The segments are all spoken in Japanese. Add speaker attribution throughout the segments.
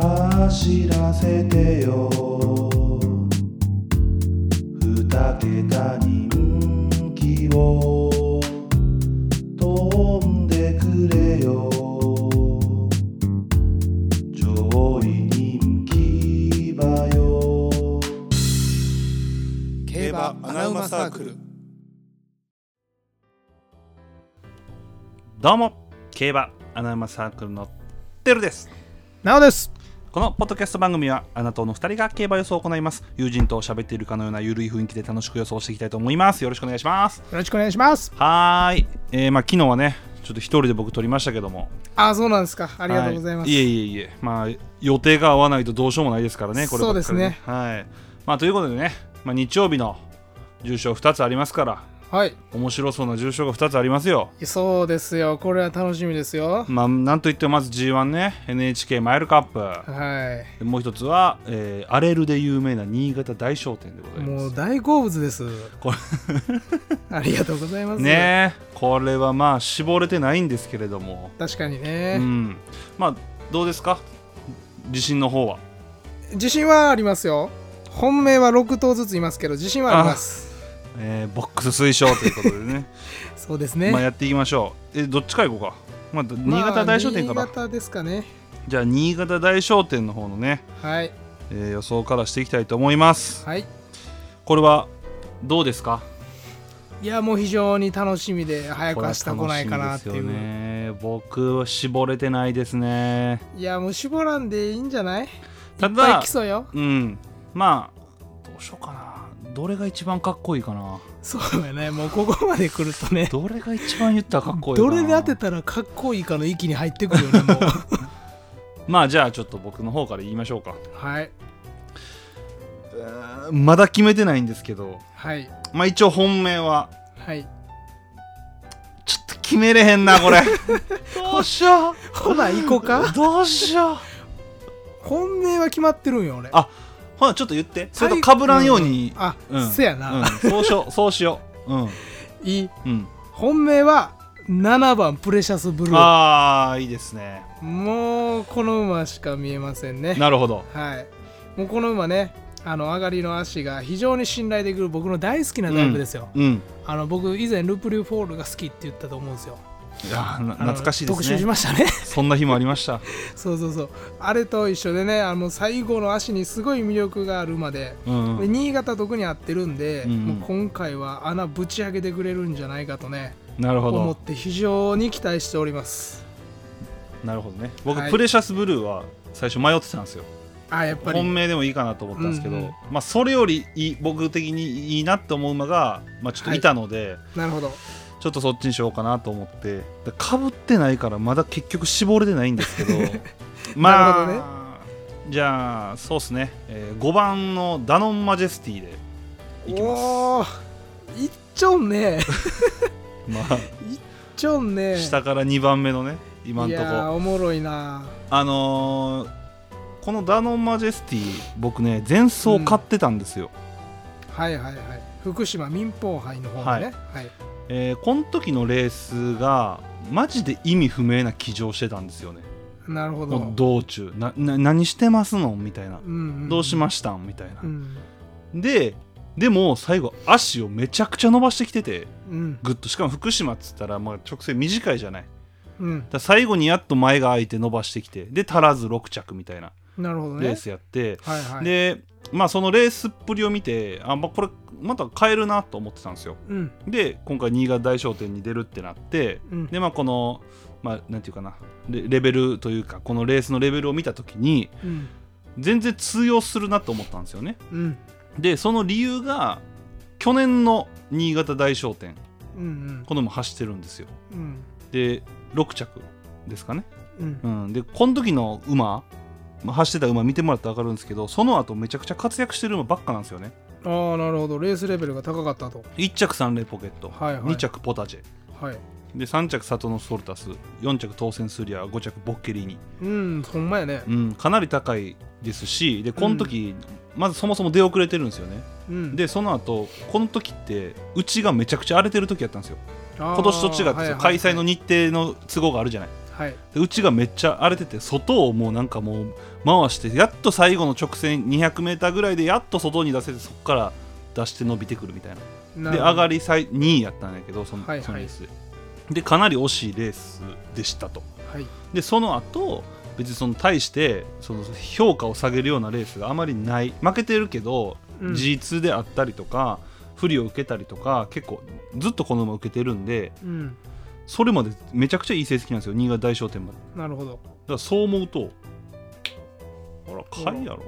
Speaker 1: 走らせてよ二桁人気を飛んでくれよ上位人気馬よ
Speaker 2: 競馬アナウマサークル
Speaker 3: どうも競馬アナウマサークルのてるです
Speaker 4: なおです
Speaker 3: このポッドキャスト番組はあなたの2人が競馬予想を行います友人と喋っているかのようなゆるい雰囲気で楽しく予想していきたいと思いますよろしくお願いします
Speaker 4: よろしくお願いします
Speaker 3: はーい、えーまあ、昨日はねちょっと一人で僕撮りましたけども
Speaker 4: あそうなんですかありがとうございます、
Speaker 3: はい、いえいえいえまあ予定が合わないとどうしようもないですからねこればっかり
Speaker 4: そうですね
Speaker 3: はいまあということでね、まあ、日曜日の重賞2つありますから
Speaker 4: はい
Speaker 3: 面白そうな重賞が2つありますよ
Speaker 4: そうですよこれは楽しみですよ
Speaker 3: まあなんといってもまず G1 ね NHK マイルカップ、
Speaker 4: は
Speaker 3: でもう一つは、えー、アレルで有名な新潟大商店でご
Speaker 4: い
Speaker 3: ざいま
Speaker 4: もう
Speaker 3: す。
Speaker 4: 大好物です
Speaker 3: こ
Speaker 4: ありがとうございます
Speaker 3: れねえこれはまあ絞れてないんですけれども、
Speaker 4: 確かに
Speaker 3: う
Speaker 4: ね、
Speaker 3: ん、まあどうですか自信の方は。
Speaker 4: 自信はありますよ本命は6頭ずついますけど自信はあります
Speaker 3: えーボックス推奨ということで ね
Speaker 4: そうですね、
Speaker 3: まあやっていきましょうえどっちからいこうか、まあ、ど
Speaker 4: ま
Speaker 3: 新
Speaker 4: あ
Speaker 3: 潟大商店から、
Speaker 4: 新潟ですかね
Speaker 3: じゃあ新潟大商店の方のね、
Speaker 4: はい
Speaker 3: えー予想からしていきたいと思います
Speaker 4: はい
Speaker 3: これはどうですか
Speaker 4: いやもう非常に楽しみで早く明日来ないかなってい
Speaker 3: これは楽しみですよ
Speaker 4: う
Speaker 3: ね僕は絞れてないですね
Speaker 4: いやもう絞らんでいいんじゃないいったぱ
Speaker 3: だ
Speaker 4: い来そうよ
Speaker 3: うんまあどうしようかなどれが一番かっこいいかな
Speaker 4: そうやねもうここまで来るとね
Speaker 3: どれが一番言ったらかっこいいか
Speaker 4: ど
Speaker 3: な
Speaker 4: れで当てたらかっこいいかの域に入ってくるよねもう
Speaker 3: まあじゃあちょっと僕の方から言いましょうか
Speaker 4: はい
Speaker 3: まだ決めてないんですけど
Speaker 4: はい
Speaker 3: まあ一応本命は
Speaker 4: はい
Speaker 3: ちょっと決めれへんなこれ どうしよ
Speaker 4: ほな行こうか
Speaker 3: うどうしよう
Speaker 4: 本命は決まってるんよ俺
Speaker 3: あほなちょっと言ってそれとかぶらんように、
Speaker 4: あ、
Speaker 3: うん
Speaker 4: せや
Speaker 3: う
Speaker 4: な、
Speaker 3: んそうしようそうしよううん
Speaker 4: いい
Speaker 3: うん
Speaker 4: 本命は7番プレシャスブルー
Speaker 3: ああいいですね
Speaker 4: もうこの馬しか見えませんね
Speaker 3: なるほど
Speaker 4: はいもうこの馬ねあの上がりの足が非常に信頼できる僕の大好きなタイプですよ、
Speaker 3: うん
Speaker 4: あの僕以前ルプリュフォールが好きって言ったと思うんですよ
Speaker 3: いやーな
Speaker 4: あの
Speaker 3: 懐かしいで
Speaker 4: 特
Speaker 3: す
Speaker 4: 集し
Speaker 3: ね
Speaker 4: ましたね
Speaker 3: そんな日もありました
Speaker 4: そうそうそうあれと一緒でねあの最後の足にすごい魅力がある馬で、
Speaker 3: うん
Speaker 4: で新潟特に合ってるんで、
Speaker 3: うんうん
Speaker 4: もう今回は穴ぶち上げてくれるんじゃないかとね
Speaker 3: なるほ
Speaker 4: 思っ
Speaker 3: ど
Speaker 4: て非常に期待しております
Speaker 3: なるほどね僕、
Speaker 4: はい
Speaker 3: プレシャスブルーは最初迷ってたんですよ
Speaker 4: あやっぱ
Speaker 3: 本
Speaker 4: り
Speaker 3: 命でもいいかなと思ったんですけど、
Speaker 4: うんうん
Speaker 3: まあ、それよりいい僕的にいいなって思う馬が、まあ、ちょっといたので、
Speaker 4: なるほど
Speaker 3: ちょっとそっちにしようかなと思ってかぶってないからまだ結局絞れてないんですけど まあ
Speaker 4: なるほ
Speaker 3: じゃあそうですね、えー5番のダノンマジェスティでいきます、
Speaker 4: おおいっちょんねいっ
Speaker 3: まあ、
Speaker 4: ちょんね
Speaker 3: 下から2番目のね今ん
Speaker 4: い
Speaker 3: とこ
Speaker 4: やーおもろいな
Speaker 3: あのーこのダノンマジェスティ僕ね前走買ってたんですよ、
Speaker 4: はいはいはい福島民放杯の方でねはい、
Speaker 3: えーこの時のレースがマジで意味不明な騎乗してたんですよね
Speaker 4: なるほど
Speaker 3: もう道中なな何してますのみたいな、
Speaker 4: うんうん
Speaker 3: どうしましたんみたいな
Speaker 4: う、ん
Speaker 3: ででも最後足をめちゃくちゃ伸ばしてきてて
Speaker 4: うん
Speaker 3: グッとしかも福島っつったらまあ直線短いじゃないだか
Speaker 4: うん
Speaker 3: ら最後にやっと前が空いて伸ばしてきてで足らず6着みたいな
Speaker 4: なるほどね
Speaker 3: レースやって、
Speaker 4: はいはい
Speaker 3: でまあそのレースっぷりを見てあ、まあ、これまた変えるなと思ってたんですよ
Speaker 4: うん
Speaker 3: で今回新潟大商店に出るってなって
Speaker 4: うん
Speaker 3: でまあこのまあなんていうかなレレベルというかこのレースのレベルを見た時に
Speaker 4: うん
Speaker 3: 全然通用するなと思ったんですよね
Speaker 4: うん
Speaker 3: でその理由が去年の新潟大商店
Speaker 4: うん
Speaker 3: このも走ってるんですよ
Speaker 4: うん
Speaker 3: で6着ですかね、
Speaker 4: うん
Speaker 3: うん、でこの時の馬まあ走ってた馬見てもらったら分かるんですけどその後めちゃくちゃ活躍してる馬ばっかなんですよね
Speaker 4: ああなるほどレースレベルが高かったと
Speaker 3: 1着サンレイポケット、
Speaker 4: はいはい
Speaker 3: 2着ポタジェ
Speaker 4: はい
Speaker 3: で3着サトノソルタス4着当選スリア5着ボッケリーニ、
Speaker 4: うんほんまやね
Speaker 3: うん、かなり高いですしでこの時、まずそもそも出遅れてるんですよね
Speaker 4: うん
Speaker 3: でその後この時ってうちがめちゃくちゃ荒れてる時やったんですよ
Speaker 4: 今
Speaker 3: 今年と違ってさ開催の
Speaker 4: に
Speaker 3: 日程の都合があるじゃない、
Speaker 4: ははい
Speaker 2: でうちがめっちゃ荒れてて外をもうなんかもう回してやっと最後の直線 200m ぐらいでやっと外に出せてそこから出して伸びてくるみたいな
Speaker 4: な
Speaker 2: で上が
Speaker 4: り
Speaker 2: り最2位やったんやけどその,、
Speaker 4: はいはい
Speaker 2: そのレースででかなり惜しいレースでしたと
Speaker 4: はい
Speaker 2: でその後別にその対してその評価を下げるようなレースがあまりない負けてるけ
Speaker 4: う
Speaker 2: ど、
Speaker 4: ん
Speaker 2: G2 であったりとか不利を受けたりとか結構ずっとこの馬受けてるんで
Speaker 4: うん
Speaker 2: それまでめちゃくちゃいい成績なんですよ新潟大賞典までだか
Speaker 4: なるほど
Speaker 2: らそう思うとあら買いやろ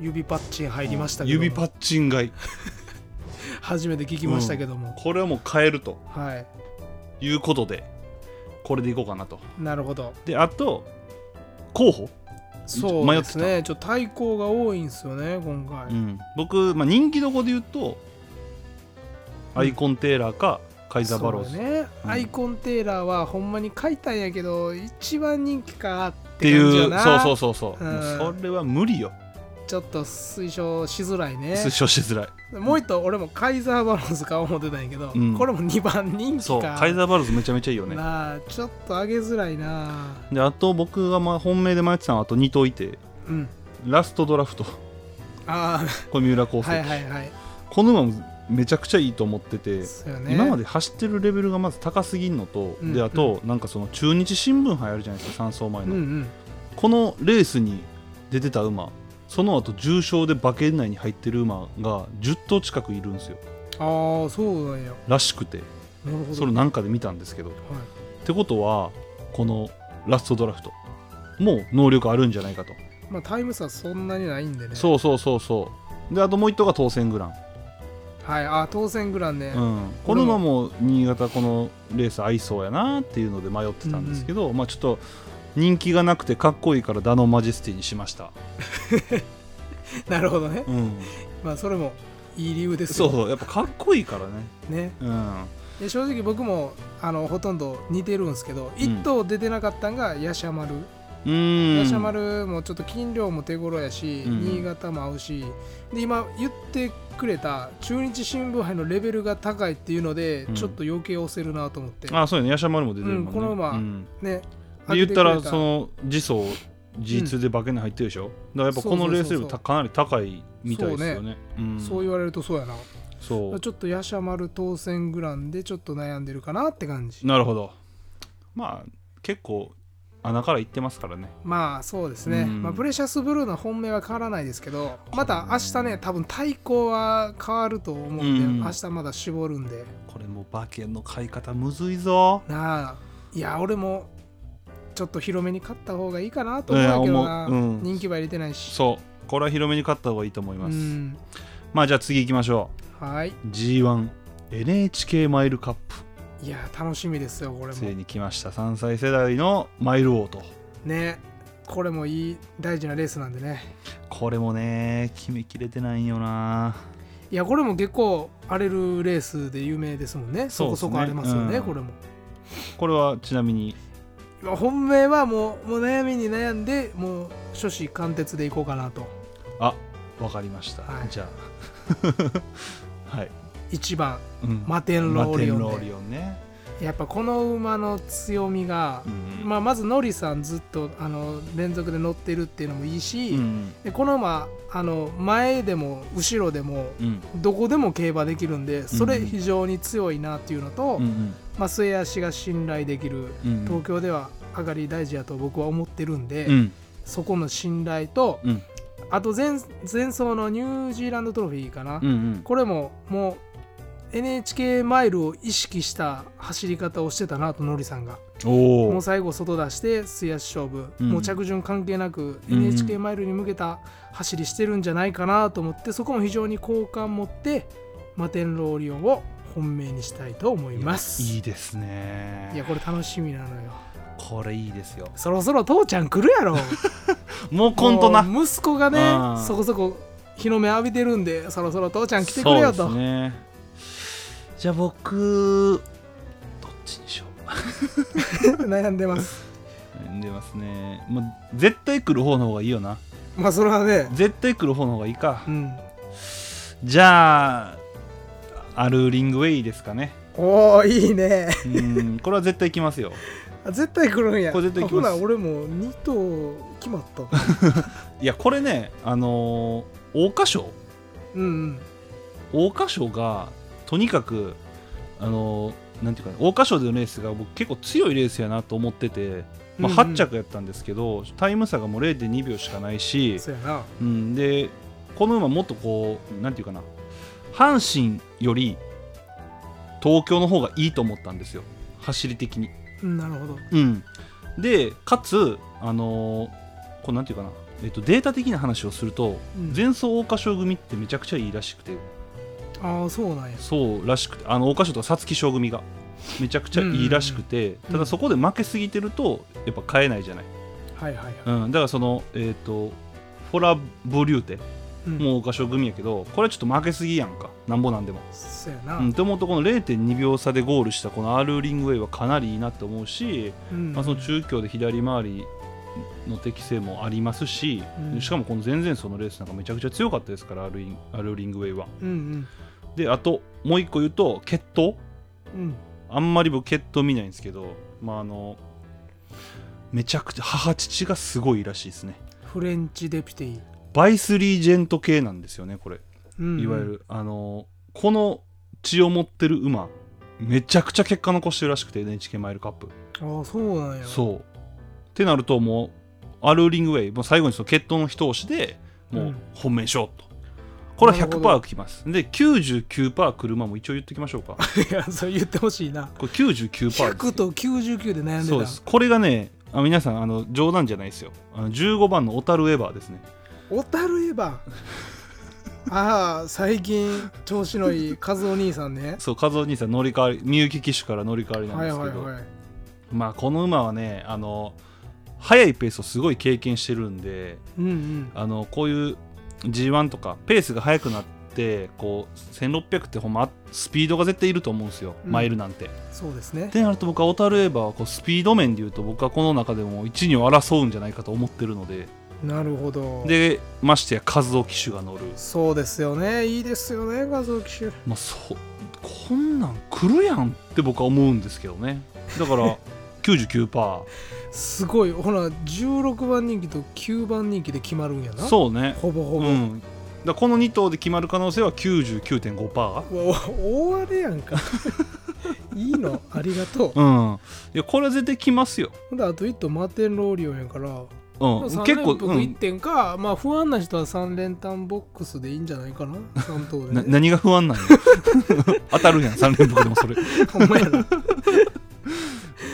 Speaker 4: 指パッチン入りましたけども
Speaker 2: 指パッチン買い
Speaker 4: 初めて聞きましたけども、
Speaker 2: これはもう買えると
Speaker 4: はい
Speaker 2: いうことでこれでいこうかなと
Speaker 4: なるほど
Speaker 2: であと候補、
Speaker 4: そう
Speaker 2: 迷
Speaker 4: で
Speaker 2: って
Speaker 4: すねちょっと対抗が多いんですよね今回、
Speaker 2: うん僕、まあ、人気どこで言うと
Speaker 4: うん
Speaker 2: アイコンテーラーかカイザーバローズ、
Speaker 4: そうね、
Speaker 2: うん
Speaker 4: アイコンテーラーはほんまに書いたんやけど一番人気かっ
Speaker 2: って
Speaker 4: て
Speaker 2: い
Speaker 4: 感じや
Speaker 2: う
Speaker 4: な
Speaker 2: そうそうそうそう、
Speaker 4: うん
Speaker 2: もうそれは無理よ
Speaker 4: ちょっと推奨しづらいね
Speaker 2: 推奨しづらい
Speaker 4: もう一頭俺もカイザーバローズか思ってたんやけど、
Speaker 2: うん
Speaker 4: これも2番人
Speaker 2: そ
Speaker 4: 気
Speaker 2: う
Speaker 4: か
Speaker 2: カイザーバローズめちゃめちゃいいよね
Speaker 4: なあちょっと上げづらいな
Speaker 2: であと僕がまあ本命で迷ってたのはあと2頭いて
Speaker 4: うん
Speaker 2: ラストドラフト
Speaker 4: あ
Speaker 2: これ三浦
Speaker 4: あ
Speaker 2: 航生、
Speaker 4: はいはいはい
Speaker 2: この馬もめちゃくちゃいいと思ってて、
Speaker 4: そうよね
Speaker 2: 今ま
Speaker 4: で
Speaker 2: で走ってるレベルがまず高すぎんのと、
Speaker 4: うん
Speaker 2: であとなんかその中日新聞杯あるじゃないですか3走前
Speaker 4: うん
Speaker 2: の、
Speaker 4: うん
Speaker 2: このレースに出てた馬その後重賞で馬券内に入ってる馬が10頭近くいるんですよ
Speaker 4: ああそうなんやな
Speaker 2: らしくて
Speaker 4: るほど
Speaker 2: それなんかで見たんですけどっ
Speaker 4: はい
Speaker 2: てことはこのラストドラフトもう能力あるんじゃないかと、
Speaker 4: まあタイム差そんなにないんでね
Speaker 2: そうそうそうそうであともう一頭が当選グラン、
Speaker 4: はいあ当選グランね、
Speaker 2: うん、この馬も新潟このレース合いそうやなっていうので迷ってたんですけど、まあちょっと人気がなくてかっこいいからダノンマジェスティにしました、
Speaker 4: なるほどね
Speaker 2: うん、
Speaker 4: まあそれもいい理由です
Speaker 2: そ
Speaker 4: よ
Speaker 2: うそうやっぱかっこいいからね
Speaker 4: ね
Speaker 2: うん
Speaker 4: で正直僕もあのほとんど似てるんですけど、
Speaker 2: ん
Speaker 4: 一頭出てなかったんがヤシャマル
Speaker 2: うーん
Speaker 4: ヤシャマルもちょっと斤量も手頃やし、
Speaker 2: うん
Speaker 4: 新潟も合うしで今言ってくれた中日新聞杯のレベルが高いっていうので、
Speaker 2: うん
Speaker 4: ちょっと余計押せるなと思って
Speaker 2: あそうやねヤシャマルも出てるもん
Speaker 4: う
Speaker 2: ね、
Speaker 4: んこの馬
Speaker 2: うん
Speaker 4: ね
Speaker 2: で言った
Speaker 4: 当て
Speaker 2: ら
Speaker 4: てくれ
Speaker 2: その次走 G2 で馬券に入ってるでしょ、だからやっぱこのレ
Speaker 4: そ
Speaker 2: ースより
Speaker 4: うそうそうそ
Speaker 2: も
Speaker 4: う
Speaker 2: かなり高いみたいですよねうん
Speaker 4: そう言われるとそうやな、
Speaker 2: そう
Speaker 4: ちょっとヤシャマル当選グランでちょっと悩んでるかなって感じ
Speaker 2: なるほどまあ結構穴からいってますからね
Speaker 4: まあそうですね、
Speaker 2: うん
Speaker 4: まあ、プレシャスブルーの本命は変わらないですけどまた明日ね多分対抗は変わると思うんで、
Speaker 2: うん
Speaker 4: 明日まだ絞るんで
Speaker 2: これもう馬券の買い方むずいぞ
Speaker 4: なあいや俺もちょっと広めに勝った方がいいかなと思うんやけどな、
Speaker 2: いや思ううん
Speaker 4: 人気は入れてないし
Speaker 2: そうこれは広めに勝った方がいいと思います、
Speaker 4: ん
Speaker 2: まあじゃあ次行きましょ
Speaker 4: はいう
Speaker 2: G1NHK マイルカップ
Speaker 4: いや楽しみですよこれ
Speaker 2: つい
Speaker 4: も
Speaker 2: に来ました3歳世代のマイル王と
Speaker 4: ねこれもいい大事なレースなんでね
Speaker 2: これもね決めきれてないんよない
Speaker 4: やこれも結構荒れるレースで有名ですもんねそ
Speaker 2: そう
Speaker 4: こそこ荒
Speaker 2: ですね
Speaker 4: れますよね
Speaker 2: うん
Speaker 4: これも
Speaker 2: これはちなみに
Speaker 4: まあ本命はもうもう悩みに悩んでもう初子貫徹でいこうかなと
Speaker 2: あわかりました、
Speaker 4: はい
Speaker 2: じゃあ はい、
Speaker 4: 1番
Speaker 2: うん
Speaker 4: マテンローオリオン
Speaker 2: マ
Speaker 4: で
Speaker 2: テンオンね、
Speaker 4: やっぱこの馬の強みが、
Speaker 2: うん
Speaker 4: まあ、まずノリさんずっとあの連続で乗ってるっていうのもいいし、
Speaker 2: うん
Speaker 4: でこの馬あの前でも後ろでも
Speaker 2: うん
Speaker 4: どこでも競馬できるんでそれ
Speaker 2: うん
Speaker 4: 非常に強いなっていうのと、
Speaker 2: うん
Speaker 4: まあ、末足が信頼できる
Speaker 2: うん
Speaker 4: 東京では上がり大事やと僕は思ってるんで、
Speaker 2: うん
Speaker 4: そこの信頼と
Speaker 2: うん
Speaker 4: あと前前走のニュージーランドトロフィーかな、
Speaker 2: うんうん
Speaker 4: これももう NHK マイルを意識した走り方をしてたなとノリさんが
Speaker 2: お
Speaker 4: もう
Speaker 2: お
Speaker 4: 最後外出して末足勝負、
Speaker 2: うん
Speaker 4: もう着順関係なく
Speaker 2: うん
Speaker 4: NHK マイルに向けた走りしてるんじゃないかなと思ってそこも非常に好感持ってマテンローオリオンを本命にしたいと思います
Speaker 2: い
Speaker 4: い
Speaker 2: いですね
Speaker 4: やこれ楽しみなのよ
Speaker 2: これいいですよ
Speaker 4: そろそろ父ちゃん来るやろ
Speaker 2: も うコントな
Speaker 4: もう息子が
Speaker 2: あ
Speaker 4: ね
Speaker 2: ー
Speaker 4: そこそこ日の目浴びてるんでそろそろ父ちゃん来てくれよ
Speaker 2: そ
Speaker 4: と、
Speaker 2: うですねじゃあ僕どっちにしよう
Speaker 4: 悩んでます
Speaker 2: 悩んでますね、まあ、絶対来る方の方がいいよな
Speaker 4: まあそれはね
Speaker 2: 絶対来る方の方がいいか
Speaker 4: うん
Speaker 2: じゃあアルーリングウェイですかね
Speaker 4: おおいいね
Speaker 2: うんこれは絶対行きますよ
Speaker 4: あ絶対来るんや
Speaker 2: これ絶対来ます
Speaker 4: あほな俺も2頭決まった
Speaker 2: いやこれねあのー、桜花賞
Speaker 4: うんうん
Speaker 2: 桜花賞がとにかくあのーなんていうかな桜花賞でのレースが僕結構強いレースやなと思ってて、まあ、
Speaker 4: うんうん
Speaker 2: 8着やったんですけど、タイム差がもう0.2秒しかないし、
Speaker 4: そうやな
Speaker 2: うん、でこの馬もっとこうなんていうかな阪神より東京の方がいいと思ったんですよ走り的に。
Speaker 4: うんなるほど
Speaker 2: うん、でかつあのーこうなんていうかな、えっと、データ的な話をすると、
Speaker 4: うん
Speaker 2: 前走桜花賞組ってめちゃくちゃいいらしくて
Speaker 4: ああそうなんや
Speaker 2: そうらしくてあの桜花賞とか皐月賞組がめちゃくちゃいいらしくて、
Speaker 4: うん
Speaker 2: ただそこで負けすぎてるとやっぱ買えないじゃない、
Speaker 4: はいはいはい、
Speaker 2: うん、だからそのえっ、とフォラブリューテ
Speaker 4: うん
Speaker 2: もう桜花賞組やけどこれはちょっと負けすぎやんかなんぼなんでも。
Speaker 4: そうやな、
Speaker 2: うん、と思うとこの0.2秒差でゴールしたこの R リングウェイはかなりいいなと思うし、
Speaker 4: うん
Speaker 2: まあ、その中距離で左回りの適性もありますし、
Speaker 4: うん
Speaker 2: しかもこの前々走のレースなんかめちゃくちゃ強かったですから R, リン R リングウェイは。
Speaker 4: うん
Speaker 2: であともう一個言うと血統
Speaker 4: うんうん
Speaker 2: あんまり僕血統見ないんですけど、まあ、あのめちゃくちゃ母父がすごいらしいですね
Speaker 4: フレンチデピティ、
Speaker 2: バイスリージェント系なんですよねこれ
Speaker 4: うんうん
Speaker 2: いわゆる、あのこの血を持ってる馬めちゃくちゃ結果残してるらしくて NHK マイルカップ
Speaker 4: ああそうなんや
Speaker 2: そうってなるともうアルーリングウェイもう最後にその決闘の一押しでも
Speaker 4: う
Speaker 2: うん本命しようと、これは
Speaker 4: なるほど
Speaker 2: 100%きますで99%車も一応言っておきましょうか
Speaker 4: いやそう言ってほしいな
Speaker 2: これ99%です
Speaker 4: 100と99で悩んでた
Speaker 2: そうですこれがねあ皆さんあの冗談じゃないですよあの15番のオタルエバーですね
Speaker 4: 小樽エヴァああ最近調子のいい和お兄さん ね
Speaker 2: そう和夫兄さん乗り換わりみゆき騎手から乗り換わりなん
Speaker 4: は
Speaker 2: で
Speaker 4: い
Speaker 2: すけ
Speaker 4: は
Speaker 2: ど、
Speaker 4: いはい
Speaker 2: まあこの馬はねあの速いペースをすごい経験してるんで
Speaker 4: うんうん
Speaker 2: あのこういう G1 とかペースが速くなってこう1600ってほんまスピードが絶対いると思うんですよ、
Speaker 4: うん
Speaker 2: マイルなんて。っ
Speaker 4: そうですね
Speaker 2: てなると僕はオタルエバーはこうスピード面でいうと僕はこの中でも1、2を争うんじゃないかと思ってるので
Speaker 4: なるほど
Speaker 2: でましてや和夫騎手が乗る、
Speaker 4: そうですよねいいですよね和お騎手
Speaker 2: まあ、そうこんなん来るやんって僕は思うんですけどねだから 99%
Speaker 4: すごいほら16番人気と9番人気で決まるんやな
Speaker 2: そうね
Speaker 4: ほぼほぼ、
Speaker 2: うん、だからこの2頭で決まる可能性は99.5%。
Speaker 4: うわお大荒れやんか いいのありがとう
Speaker 2: うん、いやこれは絶対来ますよ、
Speaker 4: ほんであと1頭マーテン・ローリオンやから
Speaker 2: うん、
Speaker 4: 結
Speaker 2: 結
Speaker 4: 構
Speaker 2: 構、
Speaker 4: 僕
Speaker 2: う
Speaker 4: 1
Speaker 2: ん、
Speaker 4: 点か、まあ不安な人は3連単ボックスでいいんじゃないかな3等で、
Speaker 2: な
Speaker 4: ね、
Speaker 2: 何が不安なんや 当たるやん3連複でもそれ
Speaker 4: ほんまやない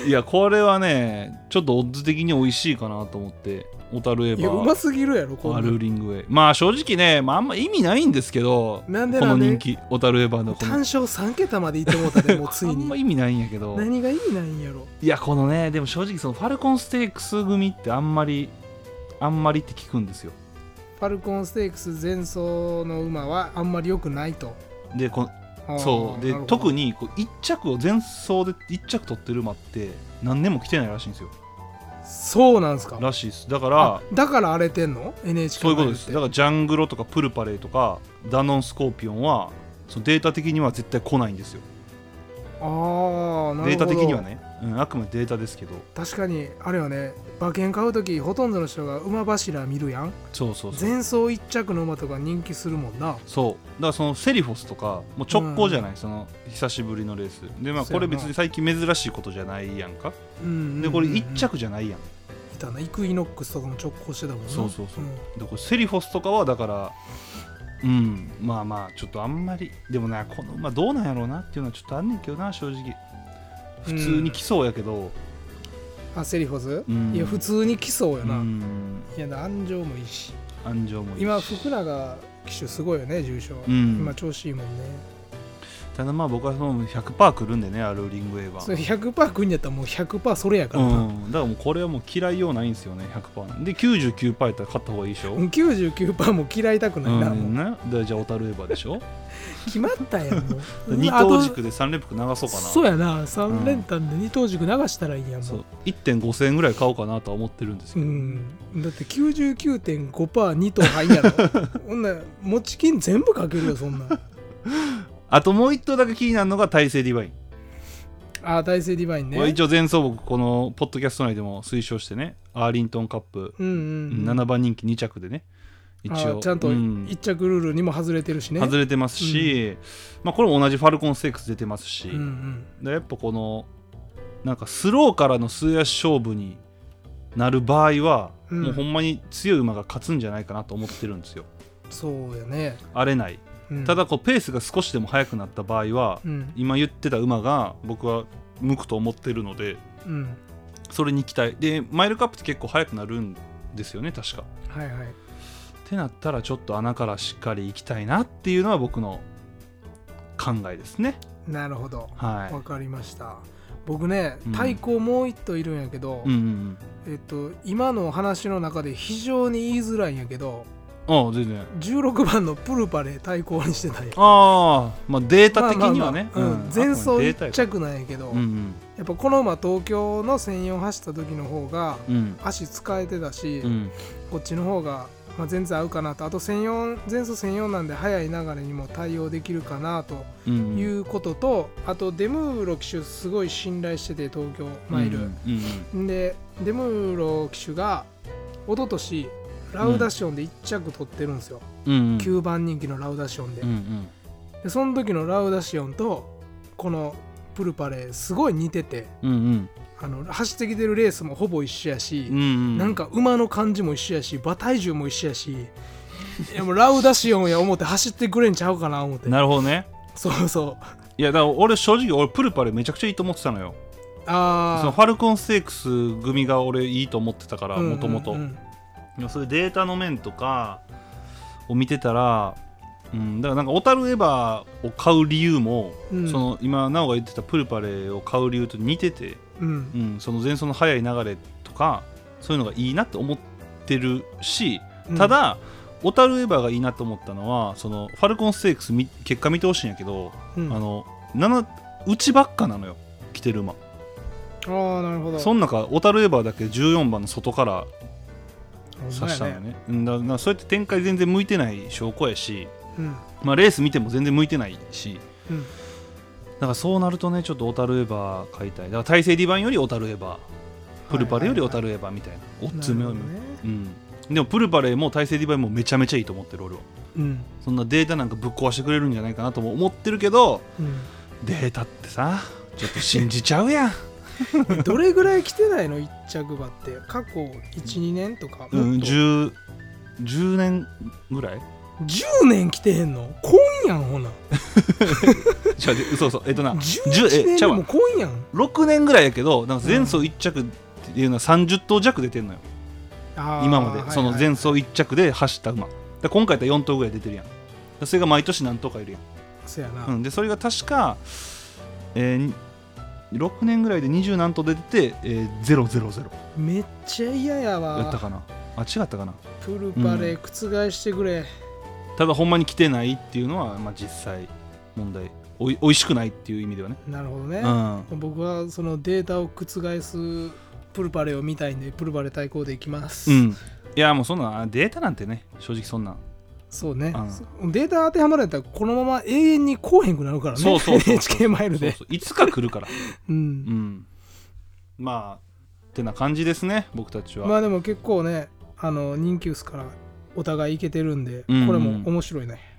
Speaker 2: やこれはねちょっとオッズ的に美味しいかなと思って小樽エヴ
Speaker 4: いやうま
Speaker 2: ァ
Speaker 4: すぎるやろこ
Speaker 2: ア
Speaker 4: んな
Speaker 2: ルー
Speaker 4: ん
Speaker 2: リングウェイまあ正直ね、まあ、あんま意味ないんですけど
Speaker 4: なんで
Speaker 2: こ
Speaker 4: な
Speaker 2: の
Speaker 4: んで
Speaker 2: 人気小樽エヴァのこ
Speaker 4: 単
Speaker 2: の
Speaker 4: 勝3桁までいってもうたでもうつい
Speaker 2: あんま
Speaker 4: に
Speaker 2: 意味ないんやけど
Speaker 4: 何が意味ないんやろ
Speaker 2: いやこのねでも正直そのファルコンステークス組ってあんまりあんまりって聞くんですよ
Speaker 4: ファルコンステークス前走の馬はあんまり良くないと
Speaker 2: でこ
Speaker 4: あー
Speaker 2: そうで
Speaker 4: なるほど
Speaker 2: 特にこう1着を前走で1着取ってる馬って何年も来てないらしいんですよ
Speaker 4: そうなんすから
Speaker 2: しいですだか
Speaker 4: あ
Speaker 2: ら
Speaker 4: だから荒れてんの ?NHK
Speaker 2: そういうことですだ
Speaker 4: マイル
Speaker 2: からジャングロとかプルパレーとかダノンスコーピオンはそのデータ的には絶対来ないんですよ
Speaker 4: ってあーなるほど
Speaker 2: データ的にはね、うん、あくまでデータですけど
Speaker 4: 確かにあれよね馬券買う時ほとんどの人が馬柱見るやん
Speaker 2: そうそうそう
Speaker 4: 前走一着の馬とか人気するもんな
Speaker 2: そうだからそのセリフォスとかもう直行じゃない、その久しぶりのレースでまあ
Speaker 4: そう
Speaker 2: こ
Speaker 4: やな
Speaker 2: れ別に最近珍しいことじゃないやんか
Speaker 4: うんうんうんうん
Speaker 2: でこれ1着じゃないやん
Speaker 4: いたなイクイノックスとかも直行してたもんな
Speaker 2: そうそうそうんでこれセリフォスとかはだからうんまあまあちょっとあんまりでもなこの馬どうなんやろうなっていうのはちょっとあんねんけどな正直普通に来そうやけど
Speaker 4: あセリフォズ、
Speaker 2: うん
Speaker 4: いや普通に来そうや
Speaker 2: う
Speaker 4: な、
Speaker 2: ん
Speaker 4: いや安城もいいし
Speaker 2: 安城もいいし
Speaker 4: 今福永騎手すごいよね重賞、
Speaker 2: うん
Speaker 4: 今調子いいもんね
Speaker 2: ただまあ僕はその100%来るんでねアルーリングウェイは
Speaker 4: それ100%組んやったらもう100%それやか
Speaker 2: う
Speaker 4: らな、うん
Speaker 2: んだからもうこれはもう嫌いようないんですよね100%で99%やったら勝った方がいいでしょ
Speaker 4: 99%も嫌いたく
Speaker 2: う
Speaker 4: ないな、
Speaker 2: ん
Speaker 4: もう
Speaker 2: ね、だじゃあ小樽エヴァで しょ
Speaker 4: 決まったやんもう
Speaker 2: 二
Speaker 4: あと
Speaker 2: 等軸で3連複流そうかな
Speaker 4: そうやな3連単で2等軸流したらいいやんも
Speaker 2: そうう1.5000円ぐらい買おうかなとは思ってるんですけ
Speaker 4: う
Speaker 2: ど、
Speaker 4: ん、だって 99.5%2 等入ん やろほんなら持ち金全部かけるよそんなん
Speaker 2: あともう一頭だけ気になるのが大勢ディバイン
Speaker 4: ああ大勢ディバインね
Speaker 2: まあ一応前走僕このポッドキャスト内でも推奨してねアーリントンカップ、
Speaker 4: うんうんうん
Speaker 2: 7番人気2着でね一
Speaker 4: あ
Speaker 2: 応
Speaker 4: ーちゃんと
Speaker 2: うん
Speaker 4: 一着ルールにも外れてるしね
Speaker 2: 外れてますし、まあ、これも同じファルコン6出てますし、
Speaker 4: うんうん
Speaker 2: でやっぱこのなんかスローからの末足勝負になる場合は、
Speaker 4: うん
Speaker 2: もうほんまに強い馬が勝つんじゃないかなと思ってるんですよ
Speaker 4: そうやね、
Speaker 2: 荒れない
Speaker 4: うん
Speaker 2: ただこうペースが少しでも速くなった場合は、
Speaker 4: うん
Speaker 2: 今言ってた馬が僕は向くと思ってるので
Speaker 4: うん
Speaker 2: それに期待でマイルカップって結構速くなるんですよね確か
Speaker 4: はいはい
Speaker 2: ってなったらちょっと穴からしっかり行きたいなっていうのは僕の考えですね
Speaker 4: なるほど
Speaker 2: はい
Speaker 4: わかりました僕ね
Speaker 2: うん
Speaker 4: 対抗もう一頭いるんやけど、
Speaker 2: うんうん
Speaker 4: えっと、今のお話の中で非常に言いづらいんやけど
Speaker 2: うんああ全然
Speaker 4: 16番のプルパで対抗にしてない
Speaker 2: ああまあデータ的にはね
Speaker 4: まあまあまあうん前走
Speaker 2: データ
Speaker 4: 1着なんやけど、
Speaker 2: うんうん
Speaker 4: やっぱこの馬東京の1004走った時の方が
Speaker 2: うん
Speaker 4: 足使えてたし、
Speaker 2: うん
Speaker 4: こっちの方が、まあ、全然合うかなとあと1004前走1004なんで速い流れにも対応できるかなと
Speaker 2: うんうん
Speaker 4: いうことと、あとデムーロ騎手すごい信頼してて東京マイル、
Speaker 2: うんうん
Speaker 4: でデムーロ騎手が一昨年ラウダシオンで1着取ってるんですよ、
Speaker 2: うんうん
Speaker 4: 9番人気のラウダシオンで,、
Speaker 2: うん
Speaker 4: でその時のラウダシオンとこのプルパレすごい似てて
Speaker 2: うんうん
Speaker 4: あの走ってきてるレースもほぼ一緒やし、
Speaker 2: うんうん
Speaker 4: なんか馬の感じも一緒やし馬体重も一緒やしいやもうラウダシオンや思って走ってくれんちゃうかな思って
Speaker 2: なるほどね
Speaker 4: そうそう
Speaker 2: いやだから俺正直俺プルパルめちゃくちゃいいと思ってたのよその
Speaker 4: あ
Speaker 2: ファルコンステークス組が俺いいと思ってたか
Speaker 4: あ
Speaker 2: らもともと
Speaker 4: うん
Speaker 2: そういうデータの面とかを見てたら、うん、だからなんか小樽エバーを買う理由も、
Speaker 4: うん
Speaker 2: その今奈緒が言ってたプルパレを買う理由と似てて、
Speaker 4: うんうん
Speaker 2: うん、その前走の速い流れとかそういうのがいいなって思ってるし
Speaker 4: うん
Speaker 2: ただ、小樽エバーがいいなと思ったのはそのファルコンステークスみ結果見てほしいんやけど、
Speaker 4: うん
Speaker 2: あの7内ばっかなのよ来てる馬。
Speaker 4: あーなるほど
Speaker 2: そん中小樽エバーだけ14番の外から
Speaker 4: ほん
Speaker 2: 刺
Speaker 4: まや
Speaker 2: したのよねうんだからそうやって展開全然向いてない証拠やし、
Speaker 4: うん
Speaker 2: まあ、レース見ても全然向いてないし
Speaker 4: うん
Speaker 2: だからそうなるとねちょっと小樽エバー買いたいだから大勢ディバインより小樽エバープルパレより小樽エバーみたいなオッズ
Speaker 4: な
Speaker 2: 妙
Speaker 4: るほ
Speaker 2: に
Speaker 4: どね
Speaker 2: うん、でもプルパレも大勢ディバインもめちゃめちゃいいと思ってる俺は
Speaker 4: うん
Speaker 2: そんなデータなんかぶっ壊してくれるんじゃないかなとも思ってるけど
Speaker 4: う
Speaker 2: データってさちょっと信じちゃ うやん
Speaker 4: ん、どれぐらい来てないの一着馬って過去12年とか
Speaker 2: うん
Speaker 4: もっと
Speaker 2: 10, 10年ぐらい
Speaker 4: 10年来てへんのこんやんほな
Speaker 2: 違うで嘘嘘えっとな
Speaker 4: 11
Speaker 2: え
Speaker 4: 年
Speaker 2: ち
Speaker 4: で
Speaker 2: ゃうわ
Speaker 4: もこんやん
Speaker 2: 6年ぐらいやけどなんか前走1着っていうのは30頭弱出てんのよ、
Speaker 4: あー
Speaker 2: 今ま
Speaker 4: はいは
Speaker 2: で
Speaker 4: い
Speaker 2: その前走1着で走った馬だから今回やったら4頭ぐらい出てるやんでそれが毎年何頭かいるや
Speaker 4: そやな、
Speaker 2: ん、うん、でそれが確か、えー6年ぐらいで20何頭出てて、えー、000
Speaker 4: めっちゃ嫌や
Speaker 2: やった
Speaker 4: わ
Speaker 2: かなあ違ったかな
Speaker 4: プルパレ覆してくれ、
Speaker 2: ただほんまに来てないっていうのは、まあ、実際問題おいおいしくないっていう意味ではね
Speaker 4: なるほどね
Speaker 2: う、ん
Speaker 4: 僕はそのデータを覆すプルパレを見たいんでプルパレ対抗でいきます、
Speaker 2: うんいやもうそんなあデータなんてね正直そんなん
Speaker 4: そうね、
Speaker 2: う
Speaker 4: データ当てはまるんやったらこのまま永遠にこうへんくなるからね
Speaker 2: そうそう そう
Speaker 4: NHK マイルで
Speaker 2: そうそういつか来るから
Speaker 4: うん
Speaker 2: うん、まあてな感じですね僕たちは、
Speaker 4: まあでも結構ねあの人気薄からお互いいけてるんで、
Speaker 2: うん
Speaker 4: これも面白いね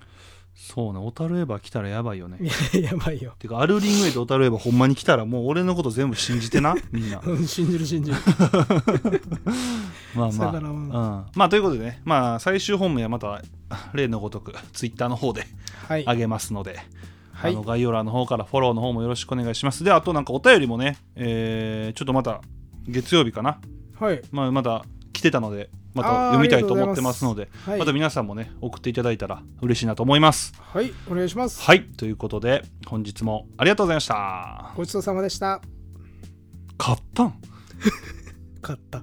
Speaker 2: そうね小樽エヴァ来たらやばいよね
Speaker 4: いややばいよ
Speaker 2: てかアルーリングウェイと小樽エヴァほんまに来たらもう俺のこと全部信じてなみ んな
Speaker 4: うん信じる信じる
Speaker 2: まあまあ、
Speaker 4: だからもう
Speaker 2: う、
Speaker 4: ん
Speaker 2: まあということでねまあ最終本命はまた例のごとく ツイッターの方で
Speaker 4: はい
Speaker 2: 上げますので、
Speaker 4: は
Speaker 2: あの
Speaker 4: い
Speaker 2: 概要欄の方からフォローの方もよろしくお願いしますであとなんかお便りもね、えーちょっとまた月曜日かな、
Speaker 4: はい
Speaker 2: まあ、また来てたのでまた
Speaker 4: あー
Speaker 2: 読みたいと
Speaker 4: ありがとう
Speaker 2: 思っ
Speaker 4: ござ
Speaker 2: て
Speaker 4: い
Speaker 2: ま
Speaker 4: ます
Speaker 2: すので
Speaker 4: はい
Speaker 2: また皆さんもね送っていただいたら嬉しいなと思います
Speaker 4: はいお願いします
Speaker 2: はいということで本日もありがとうございました
Speaker 4: ごちそうさまでした
Speaker 2: 買ったん
Speaker 4: 勝った